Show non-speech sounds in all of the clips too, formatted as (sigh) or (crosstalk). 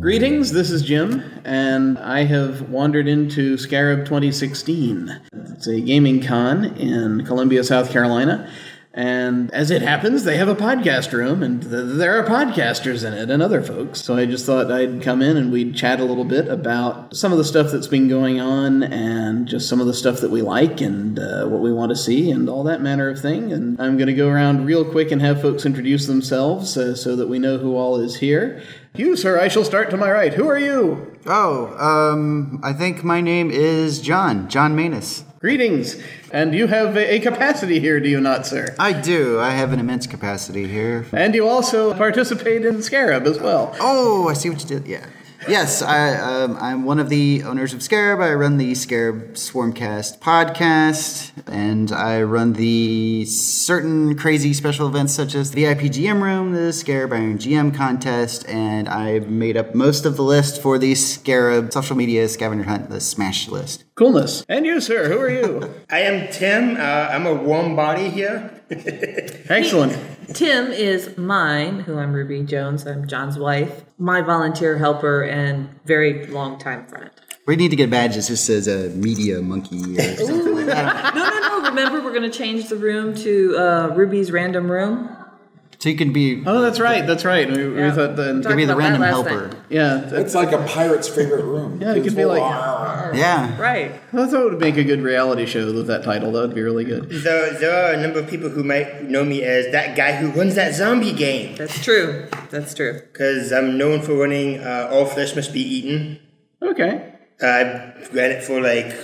Greetings, this is Jim, and I have wandered into Scarab 2016. It's a gaming con in Columbia, South Carolina. And as it happens, they have a podcast room, and th- there are podcasters in it and other folks. So I just thought I'd come in and we'd chat a little bit about some of the stuff that's been going on and just some of the stuff that we like and uh, what we want to see and all that manner of thing. And I'm going to go around real quick and have folks introduce themselves uh, so that we know who all is here. You, sir, I shall start to my right. Who are you? Oh, um, I think my name is John, John Manus. Greetings. And you have a a capacity here, do you not, sir? I do. I have an immense capacity here. And you also participate in Scarab as well. Oh, I see what you did. Yeah. Yes, I, um, I'm one of the owners of Scarab. I run the Scarab Swarmcast podcast, and I run the certain crazy special events such as the VIP GM Room, the Scarab Iron GM contest, and I made up most of the list for the Scarab social media scavenger hunt, the Smash list. Coolness. And you, sir, who are you? I am Tim. Uh, I'm a warm body here. (laughs) Excellent. Tim is mine, who I'm Ruby Jones. I'm John's wife, my volunteer helper, and very long time friend. We need to get badges. This says a media (laughs) monkey. Or something like that. No, no, no. Remember, we're going to change the room to uh, Ruby's random room. So you can be Oh, that's right. That's right. We, we Yeah. thought Talked then. could be the about random that last helper. night. Yeah. th- It's like a pirate's favorite room. Yeah, it could be like- Yeah. Right. I thought it would make a good reality show with that title. That would be really good. There, there are a number of people who might know me as that guy who runs that zombie game That's true. That's true. because I'm known for running uh, All Flesh Must Be Eaten. Okay. Uh, I've ran it for like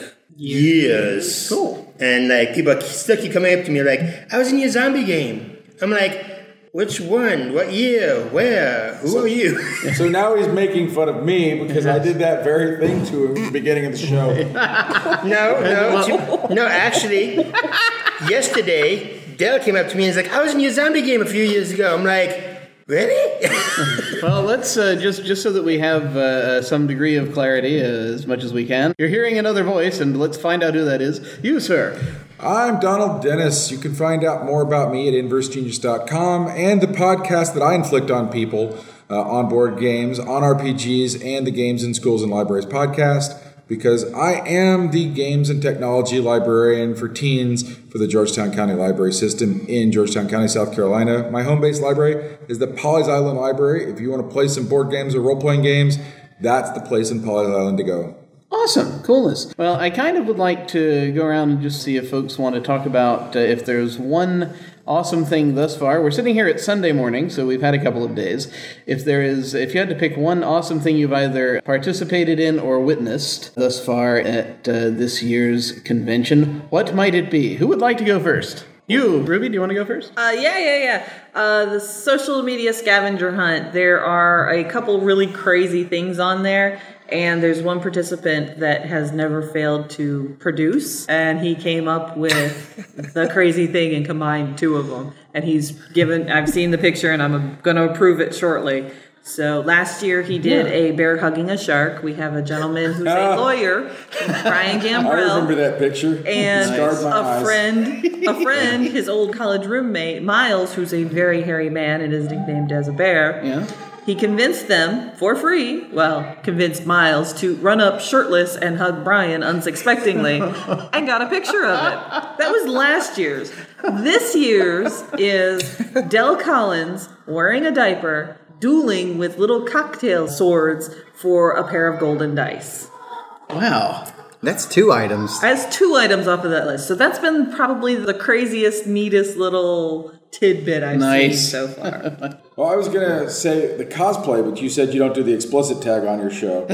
years. Cool. And like people are still keep coming up to me like, I was in your zombie game. I'm like, which one? What year? Where? Who are you? So now he's making fun of me because I did that very thing to him at the beginning of the show. No, no, t- no. Actually, yesterday, Dale came up to me and was like, "I was in your zombie game a few years ago." I'm like, "Really?" Well, let's uh, just just so that we have uh, some degree of clarity uh, as much as we can. You're hearing another voice, and let's find out who that is. You, sir. I'm Donald Dennis. You can find out more about me at InverseGenius.com and the podcast that I inflict on people uh, on board games, on RPGs, and the Games in Schools and Libraries podcast because I am the Games and Technology Librarian for Teens for the Georgetown County Library System in Georgetown County, South Carolina. My home based library is the Polly's Island Library. If you want to play some board games or role playing games, that's the place in Polly's Island to go. Awesome, coolness. Well, I kind of would like to go around and just see if folks want to talk about uh, if there's one awesome thing thus far. We're sitting here at Sunday morning, so we've had a couple of days. If there is, if you had to pick one awesome thing you've either participated in or witnessed thus far at uh, this year's convention, what might it be? Who would like to go first? You, Ruby, do you want to go first? Uh, yeah, yeah, yeah. Uh, the social media scavenger hunt. There are a couple really crazy things on there, and there's one participant that has never failed to produce, and he came up (laughs) with the crazy thing and combined two of them. And he's given. I've seen the picture, and I'm going to approve it shortly. So last year he did a bear hugging a shark. We have a gentleman who's a (laughs) lawyer, Brian Gambrell Oh. I remember that picture. and Scarred my a eyes. friend, (laughs) a friend, his old college roommate Miles, who's a very hairy man and is nicknamed as a bear. Yeah. He convinced them for free, well, convinced Miles to run up shirtless and hug Brian unsuspectingly and got a picture of it. That was last year's. This year's is Dell Collins wearing a diaper, dueling with little cocktail swords for a pair of golden dice. Wow. That's two items. That's two items off of that list. So that's been probably the craziest, neatest little tidbit I've Nice. seen so far. Well, I was gonna say the cosplay, but you said you don't do the explicit tag on your show.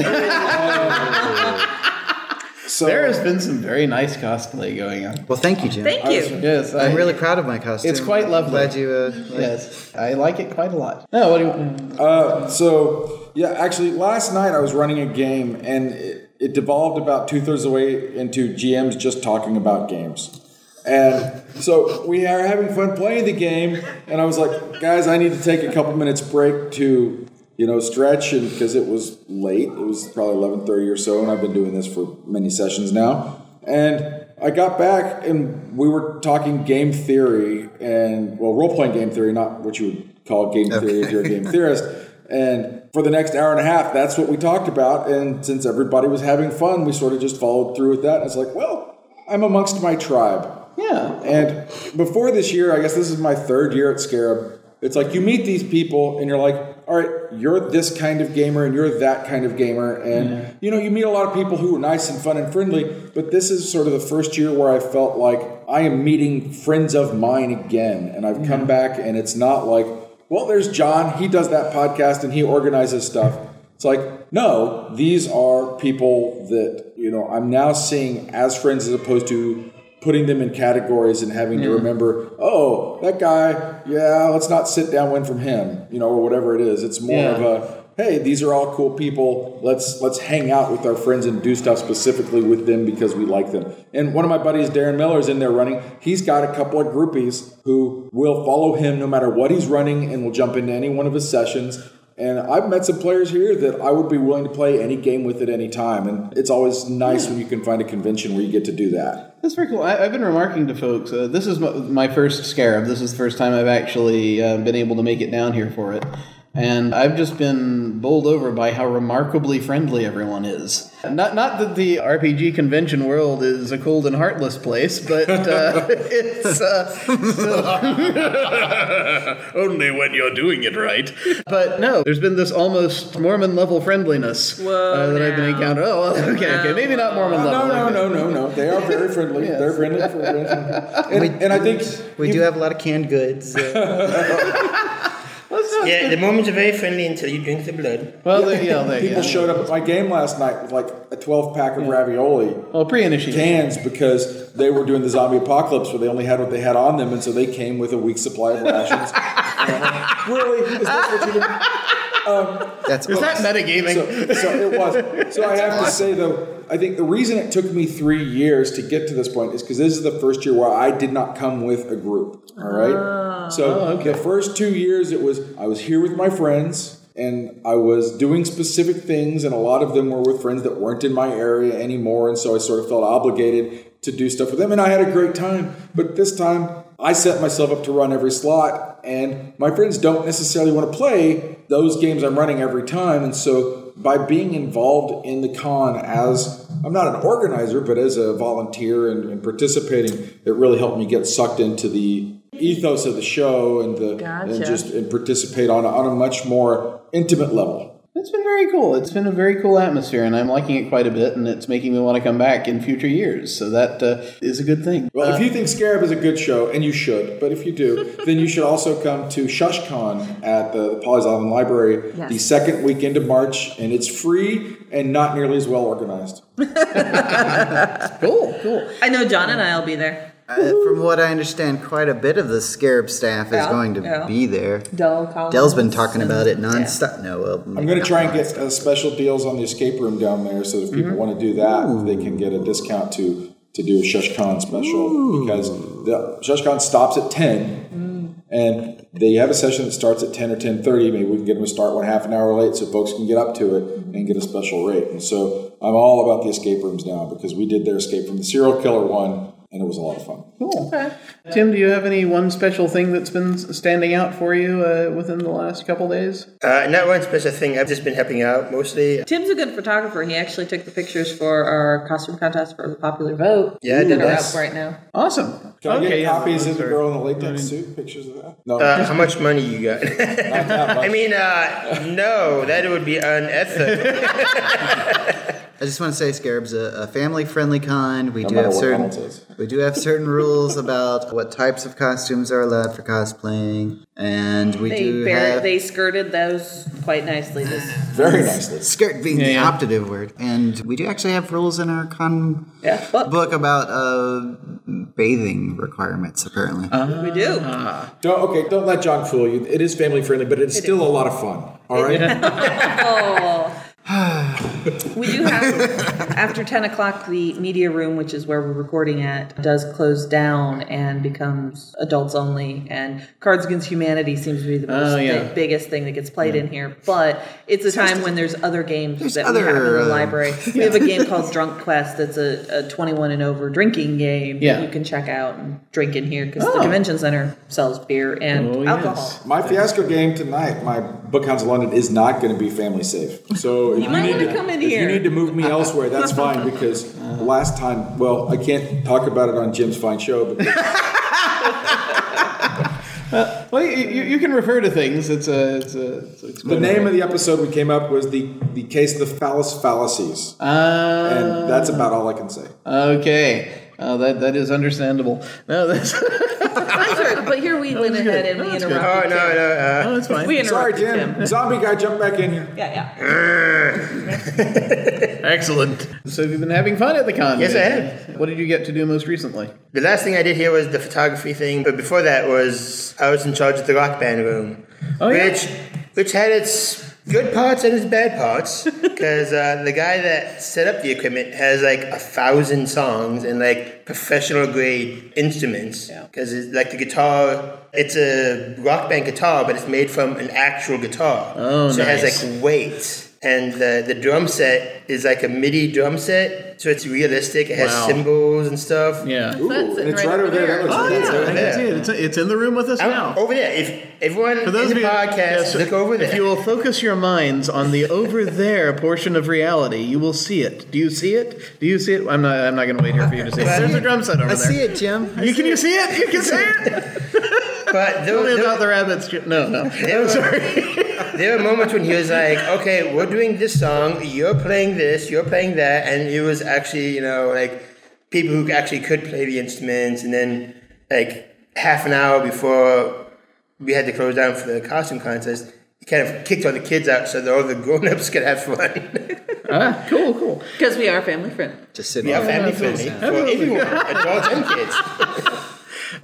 so There has been some very nice cosplay going on. Well, thank you, Jim. Thank you. Yes, I, I'm really proud of my costume. It's quite lovely. Glad you. Uh, Yes, I like it quite a lot. No, what do you want? Uh, so yeah, actually, last night I was running a game, and it, it devolved about two thirds of the way into GMs just talking about games. And so we are having fun playing the game, and I was like, guys, I need to take a couple minutes break to you know stretch, and because it was late, it was probably eleven thirty or so, and I've been doing this for many sessions now, and. I got back and we were talking game theory and well role playing game theory, not what you would call game theory if you're a game theorist. And for the next hour and a half, that's what we talked about. And since everybody was having fun, we sort of just followed through with that. And it's like, well, I'm amongst my tribe. Yeah. And before this year, I guess this is my third year at Scarab. It's like you meet these people and you're like, all right, you're this kind of gamer and you're that kind of gamer. And, you know, you meet a lot of people who are nice and fun and friendly, but this is sort of the first year where I felt like I am meeting friends of mine again. And I've come back and it's not like, well, there's John. He does that podcast and he organizes stuff. It's like, no, these are people that, you know, I'm now seeing as friends as opposed to putting them in categories and having to remember, oh, that guy, yeah, let's not sit down win from him, you know, or whatever it is. It's more Yeah. of a hey, these are all cool people. Let's let's hang out with our friends and do stuff specifically with them because we like them. And one of my buddies, Darren Miller, is in there running. He's got a couple of groupies who will follow him no matter what he's running and will jump into any one of his sessions. And I've met some players here that I would be willing to play any game with at any time. And it's always nice when you can find a convention where you get to do that. That's very cool. I, I've been remarking to folks, uh, this is my, my first scarab. This is the first time I've actually uh, been able to make it down here for it. And I've just been bowled over by how remarkably friendly everyone is. Not, not that the RPG convention world is a cold and heartless place, but uh, (laughs) it's. Uh, (laughs) Only when you're doing it right. But no, there's been this almost Mormon level friendliness Whoa, uh, that I've been now. encountering. Oh, well, okay, okay, maybe not Mormon Oh, No, level. no, okay. no, no, no. They are very friendly. They're friendly. friendly. And, and I think We do have a lot of canned goods. (laughs) Uh, Yeah, the moments are very friendly until you drink the blood. Well, they, yeah, they, people yeah. showed up at my game last night with like a 12 pack of ravioli Well, pre-initiation. cans because they were doing the zombie apocalypse where they only had what they had on them, and so they came with a week's supply (laughs) of rations. Uh, really? Is this what you did? that's Is that awesome. metagaming? So, so it was. So I have to say though, I think the reason it took me three years to get to this point is because this is the first year where I did not come with a group. All right. So the first two years, it was I was here with my friends. And I was doing specific things, and a lot of them were with friends that weren't in my area anymore. And so I sort of felt obligated to do stuff with them. And I had a great time. But this time, I set myself up to run every slot, and my friends don't necessarily want to play those games I'm running every time. And so, by being involved in the con as I'm not an organizer, but as a volunteer and, and participating, it really helped me get sucked into the ethos of the show and the and Gotcha. just and participate on a, on a much more intimate level. It's been very cool. It's been a very cool atmosphere, and I'm liking it quite a bit, and it's making me want to come back in future years. So that uh, is a good thing. Well, if you think Scarab is a good show, and you should, but if you do, then you should also come to ShushCon at the, the Polyzolan Library Yes. the second weekend of March, and it's free and not nearly as well organized. Cool, cool. I know John and I will be there. Uh, from what I understand, quite a bit of the Scarab staff is Yeah, going to yeah. be there. Dell Collins. Dell's been talking about it Yeah. nonstop. No, well, I'm going to try and get uh, special deals on the escape room down there, so that if people want to do that, they can get a discount to to do a ShushCon special because the ShushCon stops at ten. And they have a session that starts at 10 or 10.30. Maybe we can get them to start one half an hour late so folks can get up to it and get a special rate. And so I'm all about the escape rooms now because we did their escape from the serial killer one, and it was a lot of fun. Cool. Tim, do you have any one special thing that's been standing out for you uh, within the last couple days? Uh, not one special thing. I've just been helping out mostly. Tim's a good photographer. He actually took the pictures for our costume contest for the popular vote. Yeah, I that did are that. up right now. Awesome. Can I get yeah, copies of the sorry. girl in the latex suit? Pictures of that? No. Uh, how much money you got? (laughs) I mean, uh, no, that would be unethical. I just want to say, Scarab's a, a family-friendly con. We No do matter have what certain Donald says. we do have certain rules about what types of costumes are allowed for cosplaying, and we They do bar- have they skirted those quite nicely. This Very nicely. skirt being the yeah. optative word, and we do actually have rules in our con yeah, well, book about uh, bathing requirements. Apparently, Uh-huh. we do. Don't, okay, don't let John fool you. It is family friendly, but it's still a lot of fun. All right. oh, We do have, after 10 o'clock, the media room, which is where we're recording at, does close down and becomes adults only. And Cards Against Humanity seems to be the most Oh, yeah. big- biggest thing that gets played in here. But it's a time when there's other games that we have in other, the uh, library. (laughs) We have a game called Drunk Quest that's a, a 21 and over drinking game Yeah. that you can check out and drink in here because Oh. the convention center sells beer and Oh, yes. (laughs) alcohol. (laughs) My fiasco game tonight, my Book Hounds of London, is not going to be family safe. (laughs) So if you, might need wanna come in if here. you need to (laughs) move me elsewhere, that's fine because the last time, well, I can't talk about it on Jim's fine show. Because Well, you, you, you can refer to things. It's a. It's a it's the name of the episode we came up was the the case of the phallus fallacies, and Oh. Uh, that's about all I can say. okay. Uh, that that is understandable. No, that's (laughs) I'm sorry, but here we went good. ahead and That we was good. Oh, interrupted. no, no. Uh, no, that's fine. We Sorry, interrupted Jim. (laughs) him. Zombie guy, jump back in here. Yeah, yeah. Excellent. So have you been having fun at the con? Yes, I have. What did you get to do most recently? The last thing I did here was the photography thing, but before that was I was in charge of the rock band room, Oh, yeah. which which had its good parts and its (laughs) bad parts because uh, the guy that set up the equipment has like a thousand songs and like professional grade instruments because it's like the guitar. It's a rock band guitar, but it's made from an actual guitar. Oh, so it nice. has like weights. And the, the drum set is like a MIDI drum set, so it's realistic. It has Wow. cymbals and stuff. Yeah. Ooh, That's it and it's right right over over there. there. That looks Oh, like yeah. it's over I there. can see it. It's, it's in the room with us I'm now. over there. If everyone in the podcast, yes, look over there. If you will focus your minds on the over there portion of reality, you will see it. Do you see it? Do you see it? I'm not. I'm not going to wait here for you to see it. There's a drum set over I there. see it, Jim. You can you see it? You can see it. but there, Tell me there- about the rabbits. (laughs) No, no. there were, (laughs) there were moments when he was like, "Okay, we're doing this song. You're playing this. You're playing that," and it was actually, you know, like people who actually could play the instruments. And then, like half an hour before we had to close down for the costume contest, he kind of kicked all the kids out so that all the grown-ups could have fun. (laughs) Ah, cool, cool. Because we are family friendly. Just sitting yeah, there. family friendly for everyone, adults and kids.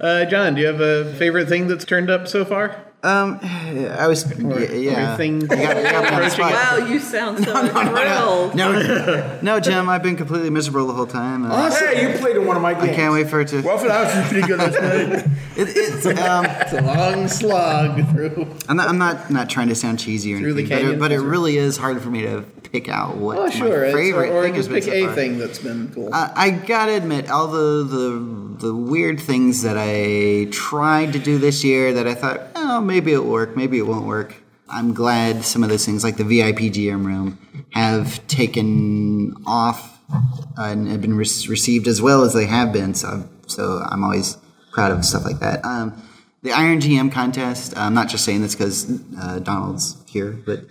Uh, John, do you have a favorite thing that's turned up so far? Um, I was. y- yeah. Everything. You got- you got me on the spot. Wow, you sound (laughs) so thrilled. No, no, Jim. I've been completely miserable the whole time. Uh, Hey, you played in one of my games. I can't wait for it to. Waffle House is pretty good last night. It, it's, um, It's a long slog through. I'm not. I'm not, not trying to sound cheesy or Through the anything, but it, canyon. but it really is hard for me to pick out what Oh, sure. my it's- favorite or or thing has just been pick so a far. thing that's been cool. I, I gotta admit, all the, the the weird things that I tried to do this year that I thought, oh, maybe it'll work, maybe it won't work. I'm glad some of those things, like the VIP GM room, have taken off and have been re- received as well as they have been. So, I'm, so I'm always proud of stuff like that. Um, the Iron GM contest. I'm not just saying this because uh, Donald's here, but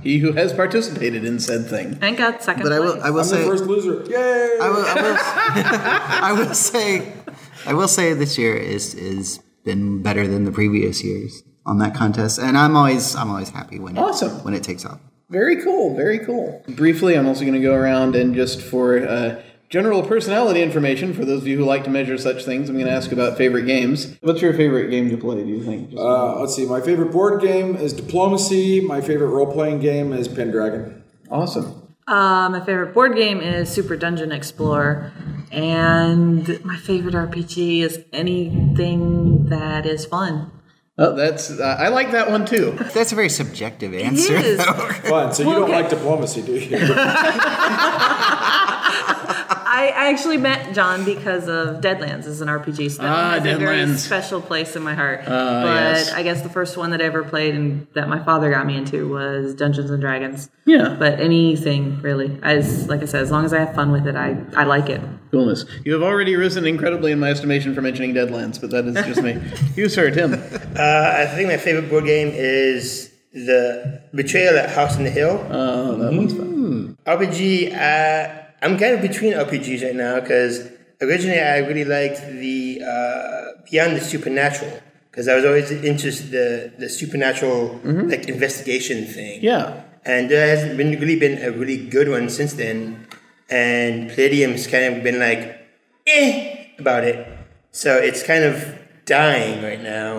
he who has participated in said thing. I got second but I will place. I will I'm say the first loser. Yay! I will, I will, I will (laughs) say, I will say this year is is been better than the previous years on that contest, and I'm always I'm always happy when it, Awesome. when it takes off. Very cool. Very cool. Briefly, I'm also going to go around and just for uh, general personality information for those of you who like to measure such things, I'm going to ask about favorite games. What's your favorite game to play? Do you think? Just- Uh, let's see. My favorite board game is Diplomacy. My favorite role playing game is Pendragon. awesome. Uh, my favorite board game is Super Dungeon Explorer, and my favorite RPG is anything that is fun. Oh, that's. Uh, I like that one too. That's a very subjective It answer. is. Fun. So you Well, don't okay. like diplomacy, do (laughs) you? (laughs) I I actually met John because of Deadlands as an RPG, so that Ah, one has a very Deadlands. special place in my heart. Ah, but yes. I guess the first one that I ever played and that my father got me into was Dungeons and Dragons. (laughs) Yeah. But anything really, as like I said, as long as I have fun with it, I I like it. Coolness. You have already risen incredibly in my estimation for mentioning Deadlands, but that is just (laughs) me. you, sir, Tim. Uh, I think my favorite board game is the Betrayal at House on the Hill. Hmm. Oh, that one's fun. RPG, uh, I'm kind of between RPGs right now because originally I really liked the uh, Beyond the Supernatural because I was always interested the the supernatural like investigation thing. Mm-hmm. Yeah. and there hasn't been really been a really good one since then. And Palladium's kind of been like eh about it, so it's kind of dying right now.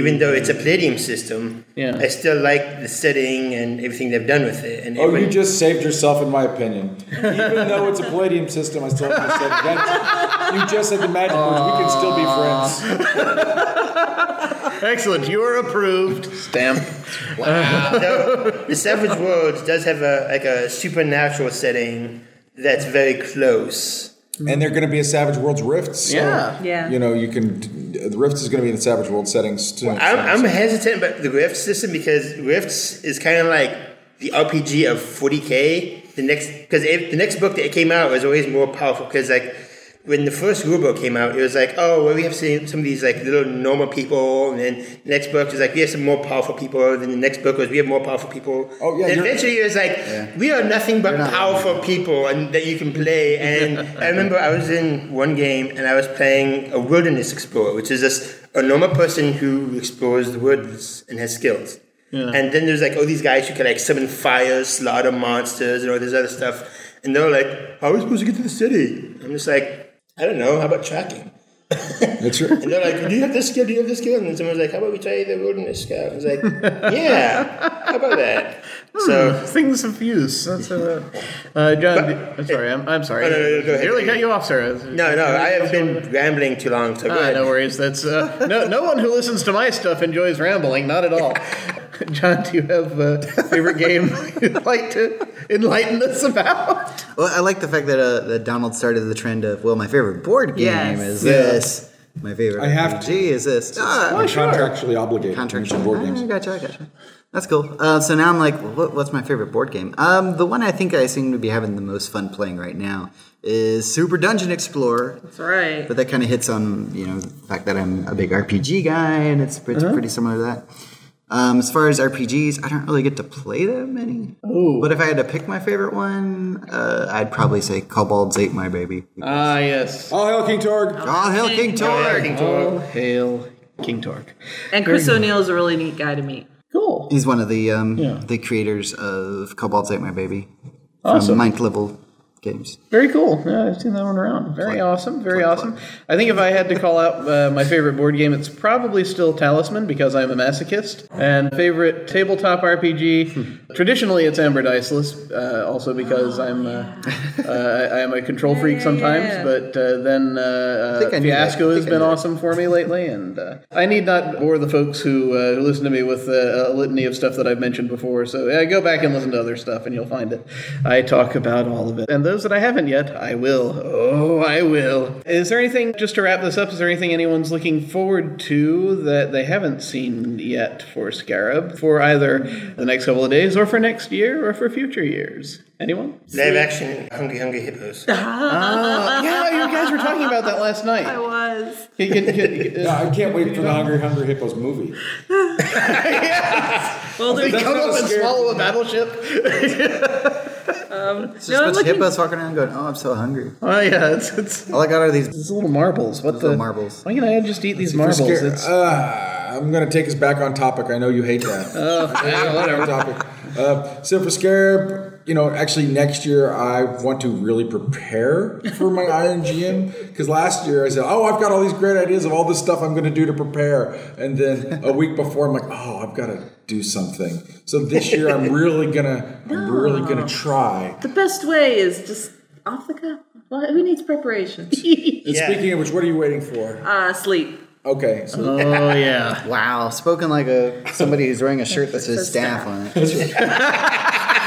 Even though it's a Palladium system, Yeah. I still like the setting and everything they've done with it. And Oh, you everyone- just saved yourself, in my opinion. Even though it's a palladium system, I still have to say that. You just said the magic words. We can still be friends. Excellent. You are approved. Stamp. the Savage Worlds does have a like a supernatural setting that's very close. And they're going to be a Savage Worlds Rift. So, Yeah. Yeah. You know, you can. The Rift is going to be in the Savage World settings too. I'm, I'm hesitant about the Rift system because Rifts is kind of like the RPG of 40k. The next because the next book that came out was always more powerful because like when the first rulebook came out, it was like oh well we have some, some of these like little normal people, and then the next book was like we have some more powerful people. Then the next book was we have more powerful people. Oh, yeah, And you're- eventually it was like we are nothing but not- powerful people and that you can (laughs) play. And I remember I was in one game and I was playing a wilderness explorer, which is just a normal person who explores the woods and has skills. And then there's like all these guys who can like summon fires, slaughter monsters, and all this other stuff. And they're like, "How are we supposed to get to the city?" I'm just like, "I don't know. How about tracking?" (laughs) That's right. And they're like, "Do you have this skill? Do you have this skill?" And then someone's like, "How about we try the wilderness scout?" I was like, "Yeah, how about that?" So (laughs) Things of use. That's uh, uh, John. d- I'm sorry. I'm, I'm sorry. Oh, No, no, no, go ahead. Nearly cut you off, Sarah. No, no, I have been rambling too long. So go Ah, ahead. no worries. That's uh, no. No one who listens to my stuff enjoys rambling. Not at all. (laughs) John, do you have a favorite game (laughs) you'd like to enlighten us about? Well, I like the fact that, uh, that Donald started the trend of, well, my favorite board game Yes. is Yeah. this. My favorite I have RPG is this. Ah, I'm contractually obligated. to mention contractual. board Ah, games. I gotcha, I gotcha. That's cool. Uh, so now I'm like, well, what, what's my favorite board game? Um, the one I think I seem to be having the most fun playing right now is Super Dungeon Explorer. That's right. But that kind of hits on you know the fact that I'm a big RPG guy, and it's pretty, pretty similar to that. Um, as far as RPGs, I don't really get to play that many. But if I had to pick my favorite one, uh, I'd probably say Kobolds Ate My Baby. Ah, yes. All hail Oh, King Torg. All hail King Torg! All Oh, hail King Torque. And Chris O'Neill is a really neat guy to meet. Cool. He's one of the um, Yeah. the creators of Kobolds Ate My Baby Awesome. from Ninth Level Games. Very cool. Yeah, I've seen that one around. Very awesome. Very awesome. I think if I had to call out uh, my favorite board game, it's probably still Talisman because I'm a masochist. And favorite tabletop RPG, traditionally it's Amber Diceless, uh, also because I'm uh, uh, I- I'm a control freak sometimes. yeah. But uh, then uh, I uh, knew that. Fiasco I has think been I knew that. awesome for me lately, and uh, I need not bore the folks who uh, who listen to me with uh, a litany of stuff that I've mentioned before. So yeah, go back and listen to other stuff, and you'll find it. I talk about all of it, and those that I haven't yet, I will. Oh, I will. Is there anything just to wrap this up? Is there anything anyone's looking forward to that they haven't seen yet for Scarab for either the next couple of days, or for next year, or for future years? Anyone? Live action Hungry Hungry Hippos. Uh, yeah, you guys were talking about that last night. I was. Can- can- can- (laughs) uh, No, I can't wait for the Hungry Hungry Hippos movie. Well, there's That's come not up a and scary- swallow a battleship. It's just No, a I'm bunch of looking- hippos walking around going, oh, I'm so hungry. Oh yeah, it's it's, All I got are these it's little marbles. What the little marbles. Why can I just eat these marbles? Scare- It's (laughs) Ah, I'm going to take us back on topic. I know you hate that. yeah, Different topic. Uh, so for Scarab, you know, actually next year I want to really prepare for my (laughs) Iron GM because last year I said, "Oh, I've got all these great ideas of all this stuff I'm going to do to prepare," and then a week before I'm like, "Oh, I've got to do something." So this year I'm really gonna, I'm really gonna try. The best way is just off the cuff. Well, who (laughs) needs preparation? And Yeah. speaking of which, what are you waiting for? uh, sleep. Okay, so Oh yeah. Wow, spoken like a somebody who's wearing a shirt that says staff on it.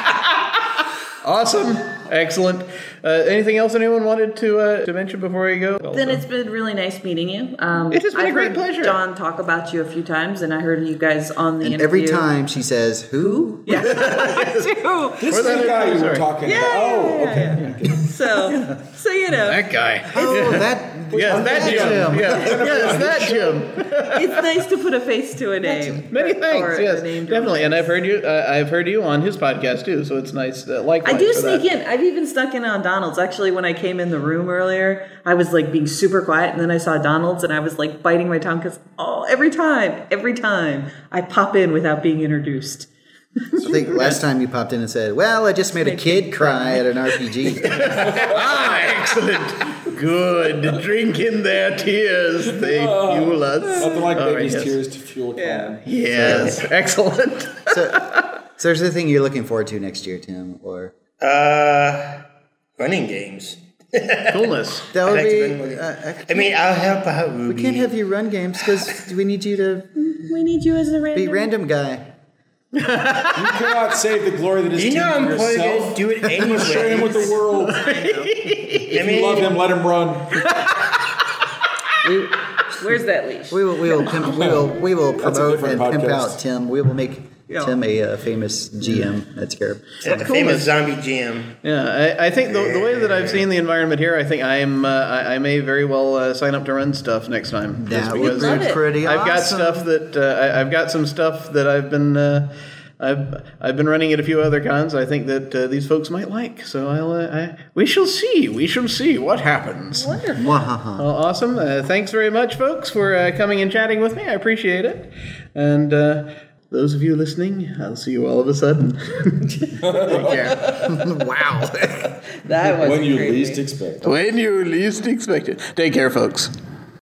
Awesome. Excellent. Uh, anything else anyone wanted to uh, to mention before we go? Then it's been really nice meeting you. Um, It has been a I've great heard pleasure. John talk about you a few times, and I heard you guys on the And interview. every time she says, who? (laughs) (laughs) Yeah. (laughs) I do. this is the that- guy you were sorry. talking Yeah, about. yeah, Oh, yeah, okay. So, so you (laughs) know, that (laughs) guy. Oh, that. Yes, that Jim. Yeah, Jim. yes, that Jim. it's nice to put a face to a name. Many Or- thanks. or a yes, name to a definitely. And I've heard you. Uh, I've heard you on his podcast too. So it's nice. Uh, likewise. I do for that. sneak in. I've even snuck in on Donald's. Actually, when I came in the room earlier, I was like being super quiet, and then I saw Donald's, and I was like biting my tongue because oh, every time, every time I pop in without being introduced. I think last time you popped in and said, well, I just made a kid cry at an RPG. (laughs) Ah, excellent. good. Drink in their tears. They fuel us. Nothing like All right, baby's yes. tears to fuel. Yeah. Yes, (laughs) excellent. So, so there's the thing you're looking forward to next year, Tim, or Uh, running games. Coolness. that I would like to run be. running Uh, I mean, I'll help out Ruby. we can't have you run games because we need you to We need you as a be random. random guy. You cannot save the glory that is you due know to I'm probably yourself. gonna do it anyway. Share him with the world. I If you mean, love him, let him run. We, Where's that leash? we will, we (laughs) will, pimp, we will, we will a promote and different pimp podcast. out Tim. We will make Yeah. Tim a uh, famous GM. That's Scarab. the famous zombie GM. Yeah, I, I think the, the way that I've seen the environment here, I think I'm uh, I, I may very well uh, sign up to run stuff next time. Just That would because Love be it. pretty I've got awesome. stuff that uh, I, I've got some stuff that I've been uh, I've I've been running at a few other cons. I think that uh, these folks might like. So I'll uh, I, we shall see. We shall see what happens. Wonderful. Wahaha. Well, awesome. Uh, thanks very much, folks, for uh, coming and chatting with me. I appreciate it. And uh, those of you listening, I'll see you all of a sudden. Take care. Wow. That was When you creepy. least expect. When you least expect it. Take care, folks.